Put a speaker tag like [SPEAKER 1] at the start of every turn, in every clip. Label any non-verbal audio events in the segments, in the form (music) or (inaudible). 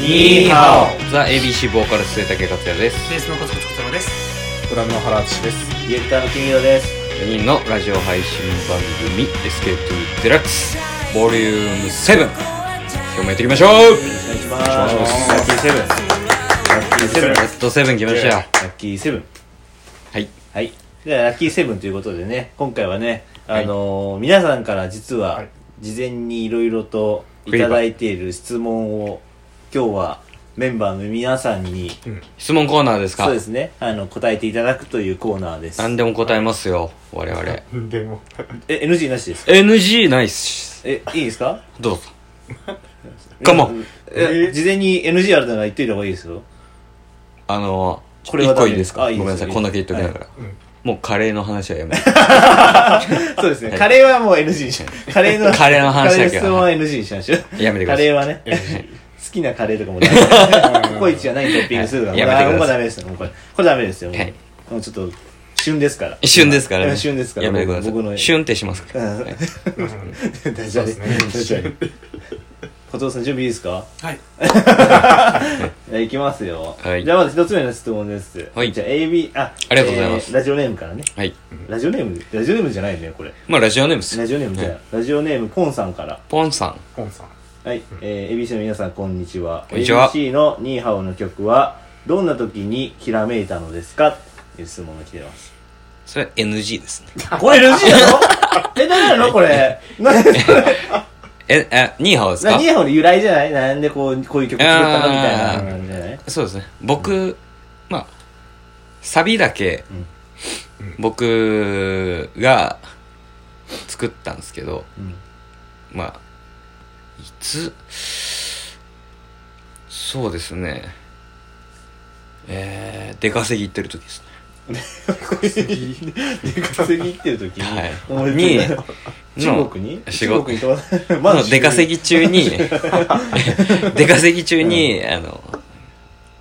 [SPEAKER 1] ニーハ
[SPEAKER 2] ザ・ ABC ボーカル末竹克也です
[SPEAKER 3] ベースのコツコツコツロです。
[SPEAKER 4] ドラムの原敦です。
[SPEAKER 1] オディレクターの金曜です
[SPEAKER 2] 4人のラジオ配信番組「SK2 デラックス」ボリューム7今日もやっていきましょう
[SPEAKER 1] お願いしますラッキーセブンラッキーセブン
[SPEAKER 2] ベスト7来ましたよ
[SPEAKER 1] ラッキーセブン
[SPEAKER 2] はい
[SPEAKER 1] はいではラッキーセブンということでね今回はねあのー皆さんから実は
[SPEAKER 4] はい
[SPEAKER 1] 事前にいろいろといただいている質問を今日はメンバーの皆さんに
[SPEAKER 2] 質問コーナーですか
[SPEAKER 1] そうですねあの答えていただくというコーナーです
[SPEAKER 2] 何でも答えますよ我々
[SPEAKER 4] でも、
[SPEAKER 1] え NG なしですか
[SPEAKER 2] NG ないっす
[SPEAKER 1] えいいですか
[SPEAKER 2] どうぞカモン
[SPEAKER 1] え
[SPEAKER 4] え
[SPEAKER 1] 事前に NG あるなら言っといた方がいいですよ
[SPEAKER 2] あの
[SPEAKER 1] これは
[SPEAKER 2] 1
[SPEAKER 1] ダ
[SPEAKER 2] 個
[SPEAKER 1] メ
[SPEAKER 2] いいですか
[SPEAKER 1] あいいです
[SPEAKER 2] ごめんなさい
[SPEAKER 1] いいです
[SPEAKER 2] こんだけ言っときながら、もうカレーの話は
[SPEAKER 1] (laughs)
[SPEAKER 2] やめて
[SPEAKER 1] そうですね、
[SPEAKER 2] はい
[SPEAKER 1] カレーはもう NG にしましょうカレーの
[SPEAKER 2] カレーの話だけ
[SPEAKER 1] カレ
[SPEAKER 2] は
[SPEAKER 1] ーの質問は NG にしましょう
[SPEAKER 2] やめてください
[SPEAKER 1] カレーはね好きなカレーとか (laughs) もダメですココイチは何トッピングするとか、
[SPEAKER 2] はいやめてください
[SPEAKER 1] もうこれダメですよもうこれこれダメですよもう,、
[SPEAKER 2] はい
[SPEAKER 1] もうちょっと旬ですから
[SPEAKER 2] 旬ですからね
[SPEAKER 1] 旬ですから
[SPEAKER 2] やめてくださ
[SPEAKER 1] 僕の
[SPEAKER 2] い
[SPEAKER 1] (laughs)
[SPEAKER 2] 旬ってしますか
[SPEAKER 1] う
[SPEAKER 2] ら、
[SPEAKER 1] ん
[SPEAKER 2] はい
[SPEAKER 1] ダジャレダジャレ小藤さん準備いいですか (laughs)
[SPEAKER 3] はい。
[SPEAKER 1] じゃあいきますよ、
[SPEAKER 2] はい
[SPEAKER 1] じゃあまず一つ目の質問です、
[SPEAKER 2] はい
[SPEAKER 1] じゃあ AB あ
[SPEAKER 2] ありがとうございます
[SPEAKER 1] えーラジオネームからね
[SPEAKER 2] はい
[SPEAKER 1] ラジオネームラジオネームじゃないねこれ
[SPEAKER 2] まあラジオネームです
[SPEAKER 1] ラジオネームじゃない、ラジオネームポンさんから
[SPEAKER 2] ポンさん
[SPEAKER 4] ポンさん。
[SPEAKER 1] はい、えー、ABC の皆さんこんにちは
[SPEAKER 2] こんにちは
[SPEAKER 1] ABC のニーハオの曲はどんな時にひらめいたのですかっていう質問が来てます
[SPEAKER 2] (laughs) それは NG ですね
[SPEAKER 1] これ NG やろえ、何なのこ
[SPEAKER 2] (laughs)
[SPEAKER 1] れ。なんで、
[SPEAKER 2] ええニーハオですか
[SPEAKER 1] なニーハオの由来じゃないなんでこう、こういう曲作ったのみたいなのなんじゃない
[SPEAKER 2] そうですね僕、まあサビだけ、僕が作ったんですけど
[SPEAKER 1] うん。
[SPEAKER 2] まあいつそうですねえー、出稼ぎ行ってる時です
[SPEAKER 1] これ、出稼ぎ行ってる時
[SPEAKER 2] ね
[SPEAKER 1] に、
[SPEAKER 2] はい
[SPEAKER 1] 思い
[SPEAKER 2] に
[SPEAKER 1] 出した (laughs) 中国に
[SPEAKER 2] の
[SPEAKER 1] 中国に飛ばさ
[SPEAKER 2] まあ、出稼
[SPEAKER 1] ぎ。
[SPEAKER 2] ぎ
[SPEAKER 1] (laughs)
[SPEAKER 2] 中に出稼ぎ中に、あの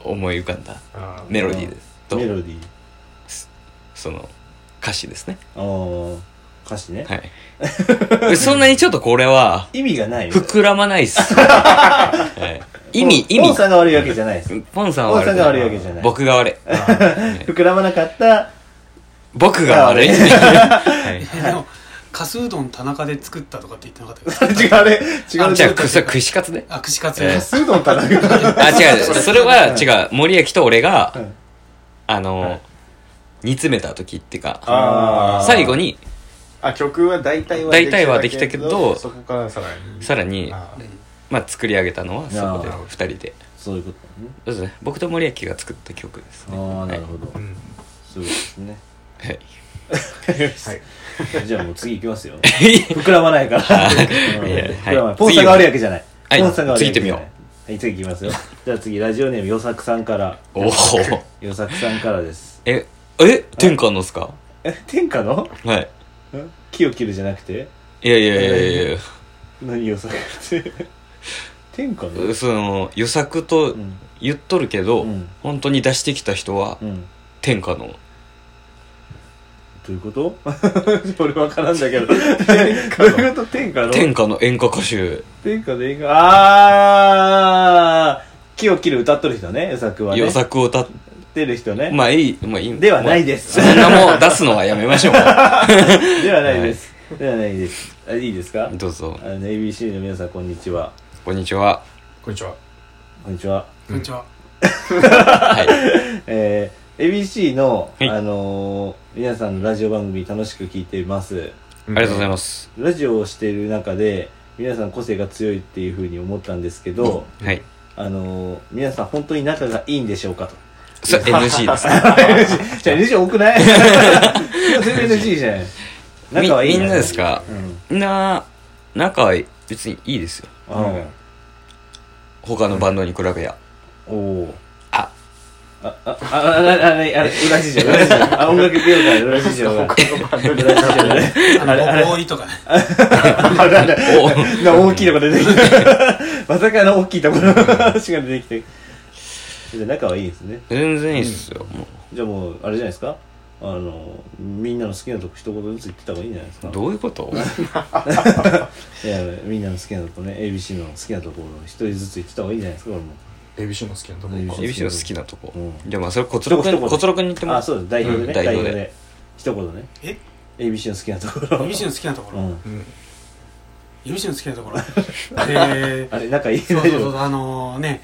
[SPEAKER 2] 思い浮かんだ
[SPEAKER 4] あ
[SPEAKER 2] メロディーですと
[SPEAKER 1] メロディー。
[SPEAKER 2] その歌詞ですね
[SPEAKER 1] あー歌詞ね。
[SPEAKER 2] はい (laughs) そんなにちょっとこれは
[SPEAKER 1] 意味がないよね。
[SPEAKER 2] 膨らまない
[SPEAKER 1] (laughs)
[SPEAKER 2] っす、はい、意味意
[SPEAKER 1] ポン
[SPEAKER 2] 味
[SPEAKER 1] さんが悪いわけじゃないです。
[SPEAKER 2] ポンさん
[SPEAKER 1] ポンさんが悪いわ
[SPEAKER 2] け
[SPEAKER 1] けじゃない。
[SPEAKER 2] 僕が悪い
[SPEAKER 1] 膨らまなかった
[SPEAKER 2] 僕が悪い、
[SPEAKER 1] が
[SPEAKER 2] (laughs) はい、
[SPEAKER 3] でも、カスうどん田中で作ったとかって言ってなかっ
[SPEAKER 1] (laughs)
[SPEAKER 3] たですか
[SPEAKER 1] 違うあれ違う
[SPEAKER 2] あじゃあくそれ串カツね
[SPEAKER 3] あ、串カツ
[SPEAKER 2] え
[SPEAKER 3] 屋
[SPEAKER 2] ー
[SPEAKER 1] スードン田中
[SPEAKER 2] あ違うそれは違う森脇と俺が、
[SPEAKER 1] うん
[SPEAKER 2] あの煮詰めた時っていうか
[SPEAKER 4] あー
[SPEAKER 2] 最後。に
[SPEAKER 4] あ、曲は大体は
[SPEAKER 2] 大体はできたけど
[SPEAKER 4] そこからさらに。
[SPEAKER 2] さらに
[SPEAKER 4] あ
[SPEAKER 2] まあ、作り上げたのはそこで
[SPEAKER 1] あ
[SPEAKER 2] 2人で
[SPEAKER 1] そういうことね
[SPEAKER 2] そうですね僕と森脇が作った曲ですね
[SPEAKER 1] ああなるほど
[SPEAKER 4] ーうん。
[SPEAKER 1] そうですね
[SPEAKER 2] はい
[SPEAKER 4] はい。
[SPEAKER 1] じゃあもう次行きますよ膨らま (laughs) ないから
[SPEAKER 2] いや
[SPEAKER 1] うん膨らま
[SPEAKER 2] は
[SPEAKER 1] ないいポンさんが悪いわけじゃない
[SPEAKER 2] はい
[SPEAKER 1] ポンさんが悪いわけじゃな
[SPEAKER 2] 次行っ
[SPEAKER 1] はい次行きますよじゃあ次ラジオネームよさくさんから
[SPEAKER 2] (laughs) おお
[SPEAKER 1] よさくさんからです
[SPEAKER 2] ええ天下のっすか
[SPEAKER 1] え天下の
[SPEAKER 2] はい
[SPEAKER 1] ん木を切るじゃなくて
[SPEAKER 2] いやいやいやいやいや
[SPEAKER 1] 何よさくさんって天下の
[SPEAKER 2] その予作と
[SPEAKER 1] うん
[SPEAKER 2] 言っとるけど、
[SPEAKER 1] うん
[SPEAKER 2] 本当に出してきた人は
[SPEAKER 1] うん
[SPEAKER 2] 天下の
[SPEAKER 1] どういうこと (laughs) 俺分からんだけどどういうこと天下の
[SPEAKER 2] 天下の演歌歌手
[SPEAKER 1] 天下でいいか。あー木を切る歌っとる人ね、予作はね。
[SPEAKER 2] 予作を歌っ
[SPEAKER 1] 歌ってる人ね。
[SPEAKER 2] まあいいまあいい
[SPEAKER 1] ではないです
[SPEAKER 2] まあそんなもん出すのはやめましょ
[SPEAKER 1] (laughs)
[SPEAKER 2] う
[SPEAKER 1] ではないです。ではないです。あいいですか
[SPEAKER 2] どうぞ
[SPEAKER 1] あの、ABC の皆さん、こんにちは。
[SPEAKER 2] こんにちは
[SPEAKER 4] こんにちは。
[SPEAKER 1] こんにちは。
[SPEAKER 3] こんにちは。
[SPEAKER 2] はい
[SPEAKER 1] えー、ABC の、
[SPEAKER 2] はい
[SPEAKER 1] あのー皆さんのラジオ番組楽しく聞いています。
[SPEAKER 2] ありがとうござい
[SPEAKER 4] ま
[SPEAKER 2] ます、
[SPEAKER 1] ラジオをしている中で、皆さん個性が強いっていうふうに思ったんですけど、
[SPEAKER 2] はい
[SPEAKER 1] あのー皆さん本当に仲がいいんでしょうかと。
[SPEAKER 2] それ NG です
[SPEAKER 1] じゃあ NG 多くない全然 NG じゃない。
[SPEAKER 2] み
[SPEAKER 1] (laughs) 仲はいい
[SPEAKER 2] みんなですか
[SPEAKER 1] うん。
[SPEAKER 2] みんな仲は別にいいですよ
[SPEAKER 1] うん。
[SPEAKER 2] 他のバンドに比べや、
[SPEAKER 1] おお。
[SPEAKER 2] あ
[SPEAKER 1] あ、あ、あ、あ、あ、あ、あれ、あれ、裏事情、裏事情。あ、音楽業界の裏事情が。裏事情がね。あれ、あ
[SPEAKER 3] あ
[SPEAKER 1] れ
[SPEAKER 3] の、、ボーイとかね。
[SPEAKER 1] あれ、あれ、
[SPEAKER 2] お
[SPEAKER 1] な大きいとこ出てきた。まさかの大きいところの話が出てきて。じゃあ仲はいいですね。
[SPEAKER 2] 全然いいっすよ、も
[SPEAKER 1] じゃあもう、あれじゃないですかあの、みんなの好きなとこ一言ずつ言ってた方がいいんじゃないですか
[SPEAKER 2] うどういうこと
[SPEAKER 1] いやみんなの好きなとこね ABC の好きなところを一人ずつ言ってた方がいいんじゃないですか俺も
[SPEAKER 4] エビシの好きなとこ
[SPEAKER 1] エビ
[SPEAKER 4] か
[SPEAKER 1] シ
[SPEAKER 2] エビシの好きなとこ
[SPEAKER 1] うん
[SPEAKER 2] じゃあまあそれこつろく
[SPEAKER 1] 一
[SPEAKER 2] ん
[SPEAKER 1] 言
[SPEAKER 2] こつろくんに言ってもら
[SPEAKER 1] あ
[SPEAKER 2] う
[SPEAKER 1] そうです代表で
[SPEAKER 2] うん
[SPEAKER 1] ね
[SPEAKER 2] 代
[SPEAKER 1] 代
[SPEAKER 2] 表で
[SPEAKER 1] 表で一言ね
[SPEAKER 3] え
[SPEAKER 1] ABC の好きなところ
[SPEAKER 3] ABC の好きなとこ
[SPEAKER 1] う
[SPEAKER 3] ろ、
[SPEAKER 1] ん
[SPEAKER 4] うん、
[SPEAKER 3] ABC の好きなところ
[SPEAKER 1] (laughs)
[SPEAKER 3] えー
[SPEAKER 1] あれ仲いい
[SPEAKER 3] そう
[SPEAKER 1] 大
[SPEAKER 3] そう
[SPEAKER 1] 丈
[SPEAKER 3] そ
[SPEAKER 1] 夫
[SPEAKER 3] うあのね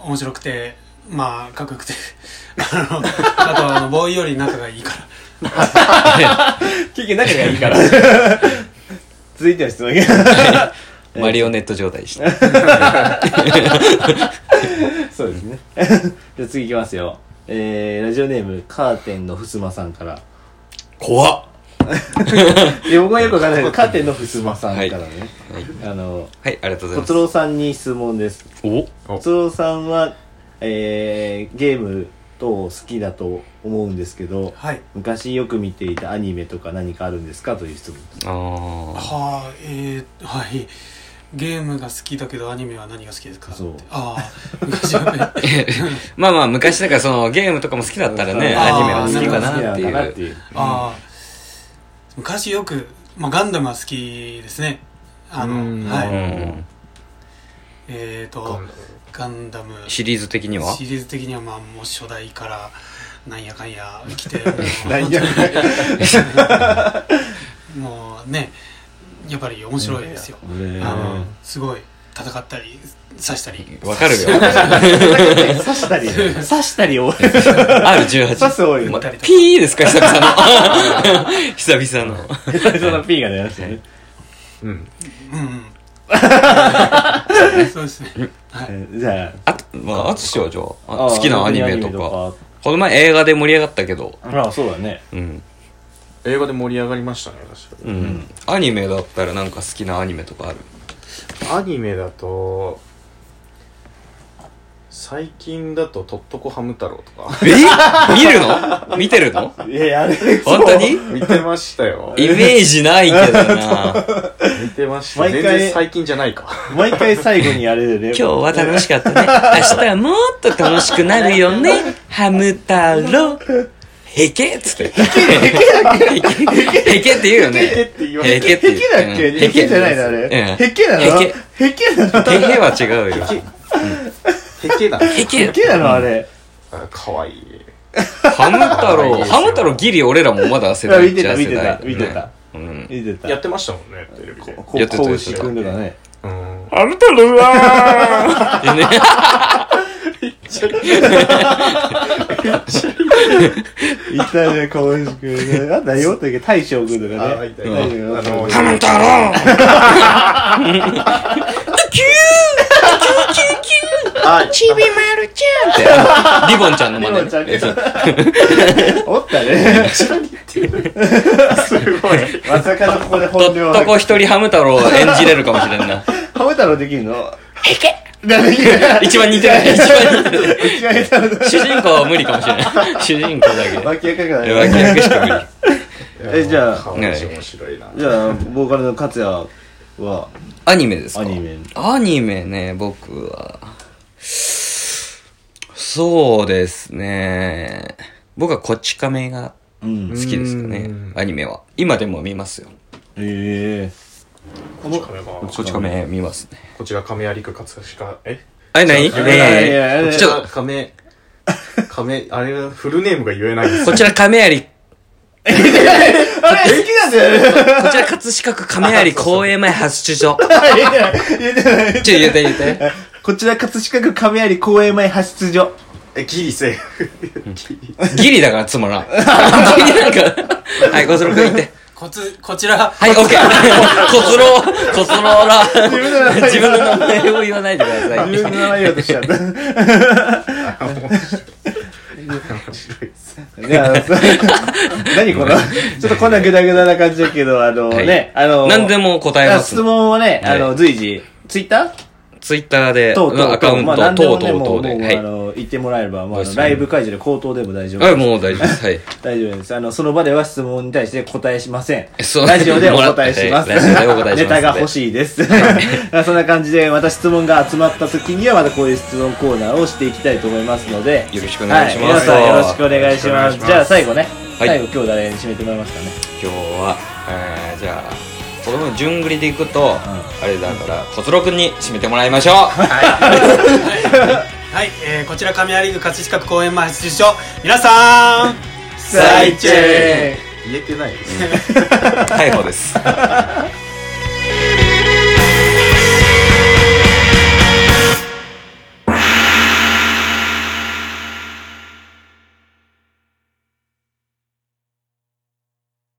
[SPEAKER 3] 面白くてまあかっこよくて (laughs) あのあとあのボーイより仲がいいから
[SPEAKER 1] 結局仲がいいから続いての質問
[SPEAKER 2] (laughs)
[SPEAKER 3] (laughs)
[SPEAKER 2] マリオネット状態して
[SPEAKER 1] そうですね (laughs) じゃあ次いきますよえー、ラジオネームカーテンのふすまさんから
[SPEAKER 2] 怖っ
[SPEAKER 1] で僕はよくわからないけどカーテンのふすまさんからね、
[SPEAKER 2] はい、
[SPEAKER 1] あの
[SPEAKER 2] はい、ありがとうござ
[SPEAKER 1] 小
[SPEAKER 2] いま
[SPEAKER 1] 太
[SPEAKER 2] す
[SPEAKER 1] 郎さんに質問です
[SPEAKER 2] お
[SPEAKER 4] お
[SPEAKER 1] 小太郎さんは、えー、ゲーム等好きだと思うんですけど
[SPEAKER 3] はい
[SPEAKER 1] 昔よく見ていたアニメとか何かあるんですかという質問です
[SPEAKER 2] あ
[SPEAKER 3] はあえー、はいゲームが好きだけどアニメは何が好きですか
[SPEAKER 1] そう
[SPEAKER 3] ああ昔はね
[SPEAKER 2] ーまあまあ昔だからそのゲームとかも好きだったらね
[SPEAKER 3] あー
[SPEAKER 2] アニメは好きかなっ
[SPEAKER 1] 好
[SPEAKER 2] て
[SPEAKER 1] きなのかなっ
[SPEAKER 2] い
[SPEAKER 1] て
[SPEAKER 2] う
[SPEAKER 1] いう
[SPEAKER 3] ああ昔よく、まあ、ガンダムは好きですねあの
[SPEAKER 4] うん
[SPEAKER 3] は
[SPEAKER 2] う
[SPEAKER 3] い
[SPEAKER 2] ん
[SPEAKER 3] え
[SPEAKER 4] ガ
[SPEAKER 3] ー、と
[SPEAKER 4] ンダム
[SPEAKER 3] ガンダム
[SPEAKER 2] シリーズ的には
[SPEAKER 3] シリーズ的にはまあもう初代からなんやかんや来て
[SPEAKER 2] (laughs)
[SPEAKER 1] なんやかん
[SPEAKER 3] もうねやっぱり面白いですよ、
[SPEAKER 1] ね
[SPEAKER 3] あのすごい戦ったり刺したり
[SPEAKER 2] わかるよ
[SPEAKER 1] 刺
[SPEAKER 2] (laughs)
[SPEAKER 1] したり刺したり多い
[SPEAKER 2] R18
[SPEAKER 1] 刺す多い
[SPEAKER 2] ま
[SPEAKER 3] たりとか
[SPEAKER 2] ピーですか久々の (laughs) 久々の
[SPEAKER 1] その P が出ましたね
[SPEAKER 4] うん
[SPEAKER 2] (laughs)
[SPEAKER 3] うんうんそうですねはい
[SPEAKER 1] えーじゃ
[SPEAKER 2] あとまあ淳はじゃあ
[SPEAKER 1] あ
[SPEAKER 2] あ好きなアニメとかこの前映画で盛り上がったけど
[SPEAKER 1] ああそうだね
[SPEAKER 2] うん
[SPEAKER 4] 映画で盛り上がりましたね確か
[SPEAKER 2] うん、アニメだったらなんか好きなアニメとかある
[SPEAKER 4] アニメだと最近だと「とっとこハム太郎」とか
[SPEAKER 2] え見るの見てるの
[SPEAKER 1] いやいやあれ
[SPEAKER 2] 本当に
[SPEAKER 4] 見てましたよ
[SPEAKER 2] イメージないけど
[SPEAKER 1] (laughs)
[SPEAKER 2] な
[SPEAKER 4] 見てました
[SPEAKER 1] 毎回
[SPEAKER 4] 全然最近じゃないか
[SPEAKER 1] 毎回最後にあれでね
[SPEAKER 2] 今日は楽しかったね明日はもっと楽しくなるよねハム太郎へけっつってへけへけって言うよね
[SPEAKER 1] へけって言わない
[SPEAKER 2] へけって
[SPEAKER 1] へ
[SPEAKER 2] 言う
[SPEAKER 1] けだっけ
[SPEAKER 2] うん
[SPEAKER 1] へけじゃないのあれ
[SPEAKER 2] うん
[SPEAKER 1] へけなの
[SPEAKER 2] へ
[SPEAKER 1] へけなの
[SPEAKER 2] けへけは違うよ
[SPEAKER 4] へけだ
[SPEAKER 2] へ
[SPEAKER 1] へ
[SPEAKER 2] け
[SPEAKER 1] けなのあれ
[SPEAKER 4] あかわいい
[SPEAKER 2] ハム太
[SPEAKER 4] いい
[SPEAKER 2] 郎
[SPEAKER 4] ですよ
[SPEAKER 2] ハム太郎ギリ俺らもまだ世
[SPEAKER 1] あ
[SPEAKER 2] 代
[SPEAKER 1] 見てた
[SPEAKER 2] じゃ
[SPEAKER 1] 見て
[SPEAKER 2] 世
[SPEAKER 1] た
[SPEAKER 2] 代だよね
[SPEAKER 1] 見てた
[SPEAKER 2] うん
[SPEAKER 1] 見てた
[SPEAKER 4] やってましたもんねテレビで
[SPEAKER 1] こ
[SPEAKER 2] やってた
[SPEAKER 1] こぶし君とかね
[SPEAKER 4] うん
[SPEAKER 2] (laughs) ハム太郎はーね
[SPEAKER 1] いたねこぶし君ねなんだよって言うけど大将君とか
[SPEAKER 4] あ
[SPEAKER 1] ね
[SPEAKER 4] いたい
[SPEAKER 1] 大将君
[SPEAKER 4] たあの
[SPEAKER 2] ハム太郎
[SPEAKER 4] あ
[SPEAKER 2] ちびまるちゃんってリボンちゃんの
[SPEAKER 1] リ
[SPEAKER 2] 真
[SPEAKER 1] ボンちゃん
[SPEAKER 2] 似そう
[SPEAKER 1] おったね
[SPEAKER 4] すごい
[SPEAKER 1] まさかのここで
[SPEAKER 2] と
[SPEAKER 1] 本領
[SPEAKER 2] っとこ一人ハム太郎を演じれるかもしれんな
[SPEAKER 1] ハム太郎できるのへけ
[SPEAKER 2] 一番似てる一番似てる
[SPEAKER 1] 一番下手な
[SPEAKER 2] 主人公は無理かもしれない主人公だ
[SPEAKER 1] 脇
[SPEAKER 2] け
[SPEAKER 1] 役が
[SPEAKER 2] 脇
[SPEAKER 1] ね
[SPEAKER 2] 役しか無理
[SPEAKER 1] えじゃあ
[SPEAKER 4] かわいいし面白いな
[SPEAKER 1] じゃあボーカルの勝也は
[SPEAKER 2] アニメですか
[SPEAKER 1] アニメ
[SPEAKER 2] アニメね僕はそうですね僕はこっち亀が
[SPEAKER 1] うん
[SPEAKER 2] 好きですかね
[SPEAKER 4] うん
[SPEAKER 2] アニメは今でも見ますよ
[SPEAKER 1] ええ
[SPEAKER 4] こっち亀が
[SPEAKER 2] こっち亀見ますね
[SPEAKER 4] こちら亀有久葛飾え
[SPEAKER 2] あれ何
[SPEAKER 4] ちょ
[SPEAKER 2] ね
[SPEAKER 1] いやい
[SPEAKER 2] え
[SPEAKER 1] や
[SPEAKER 2] ちょっと
[SPEAKER 4] 亀亀あれフルネームが言えないん
[SPEAKER 2] (laughs)
[SPEAKER 4] です
[SPEAKER 2] こちら亀有
[SPEAKER 1] あれ好きなんだよね
[SPEAKER 2] こちら葛飾区亀有公園前発
[SPEAKER 1] (laughs)
[SPEAKER 2] 出所。ちょ、言うて言うて。
[SPEAKER 1] こちら葛飾区亀有公園前発出所
[SPEAKER 4] えギリセーフギリ
[SPEAKER 2] ギリだからつまらん。ギリなんか。はい、小鶴くん言って。
[SPEAKER 3] こつこちら
[SPEAKER 2] はい、オッケー。小鶴を、小鶴をら。
[SPEAKER 1] 自分の名前
[SPEAKER 2] 自分の名前を言わないでくださ
[SPEAKER 1] 自
[SPEAKER 2] い。
[SPEAKER 1] 分の名前言おうとしちゃった
[SPEAKER 4] 面白いです
[SPEAKER 1] ねあのそう (laughs) 何この、ちょっとこんなグダグダな感じだけど、あの
[SPEAKER 2] はい
[SPEAKER 1] ね、あの、
[SPEAKER 2] 何でも答え
[SPEAKER 1] あ
[SPEAKER 2] ます
[SPEAKER 1] 質。問はね、あ
[SPEAKER 2] は
[SPEAKER 1] の、随時、ツイッタ
[SPEAKER 2] ツイッターで、
[SPEAKER 1] ー等々
[SPEAKER 2] アカウン
[SPEAKER 1] まあ
[SPEAKER 2] ト、
[SPEAKER 1] 何で
[SPEAKER 2] 等
[SPEAKER 1] もね
[SPEAKER 2] 々
[SPEAKER 1] も
[SPEAKER 2] 等
[SPEAKER 1] うもう
[SPEAKER 2] で。
[SPEAKER 1] あ
[SPEAKER 2] は
[SPEAKER 1] の、言ってもらえれば、まああ
[SPEAKER 2] そうです
[SPEAKER 1] の、
[SPEAKER 2] ね
[SPEAKER 1] ライブ会場で口頭でも大丈
[SPEAKER 2] い。はい、
[SPEAKER 1] 夫。
[SPEAKER 2] もう大丈夫です。はい。
[SPEAKER 1] 大丈夫です。あの、その場では質問に対して答えしません。
[SPEAKER 2] そう
[SPEAKER 1] ラジオでお答えします。
[SPEAKER 2] はいラジオでお答えします
[SPEAKER 1] ネタが欲しい
[SPEAKER 2] (laughs)
[SPEAKER 1] です。そんな感じで、また質問が集まった時には、またこういう質問コーナーをしていきたいと思いますので、
[SPEAKER 2] よろしくお願いし
[SPEAKER 1] は
[SPEAKER 2] ま
[SPEAKER 1] 皆
[SPEAKER 2] す。
[SPEAKER 1] さんよろしくお願いし
[SPEAKER 4] よろ
[SPEAKER 1] ま
[SPEAKER 4] しくお願いします
[SPEAKER 1] す。じゃあ最後ね、
[SPEAKER 2] はい
[SPEAKER 1] 最後今日誰に締めてもらいますかね。
[SPEAKER 2] 今日は、えー、じゃあ子供の順繰りでいくと、あれだから小次郎君に締めてもらいましょう
[SPEAKER 3] はいえーこちら神有区葛飾区公園前発出所皆さん
[SPEAKER 1] 最中
[SPEAKER 4] 言えてないです
[SPEAKER 2] 逮捕です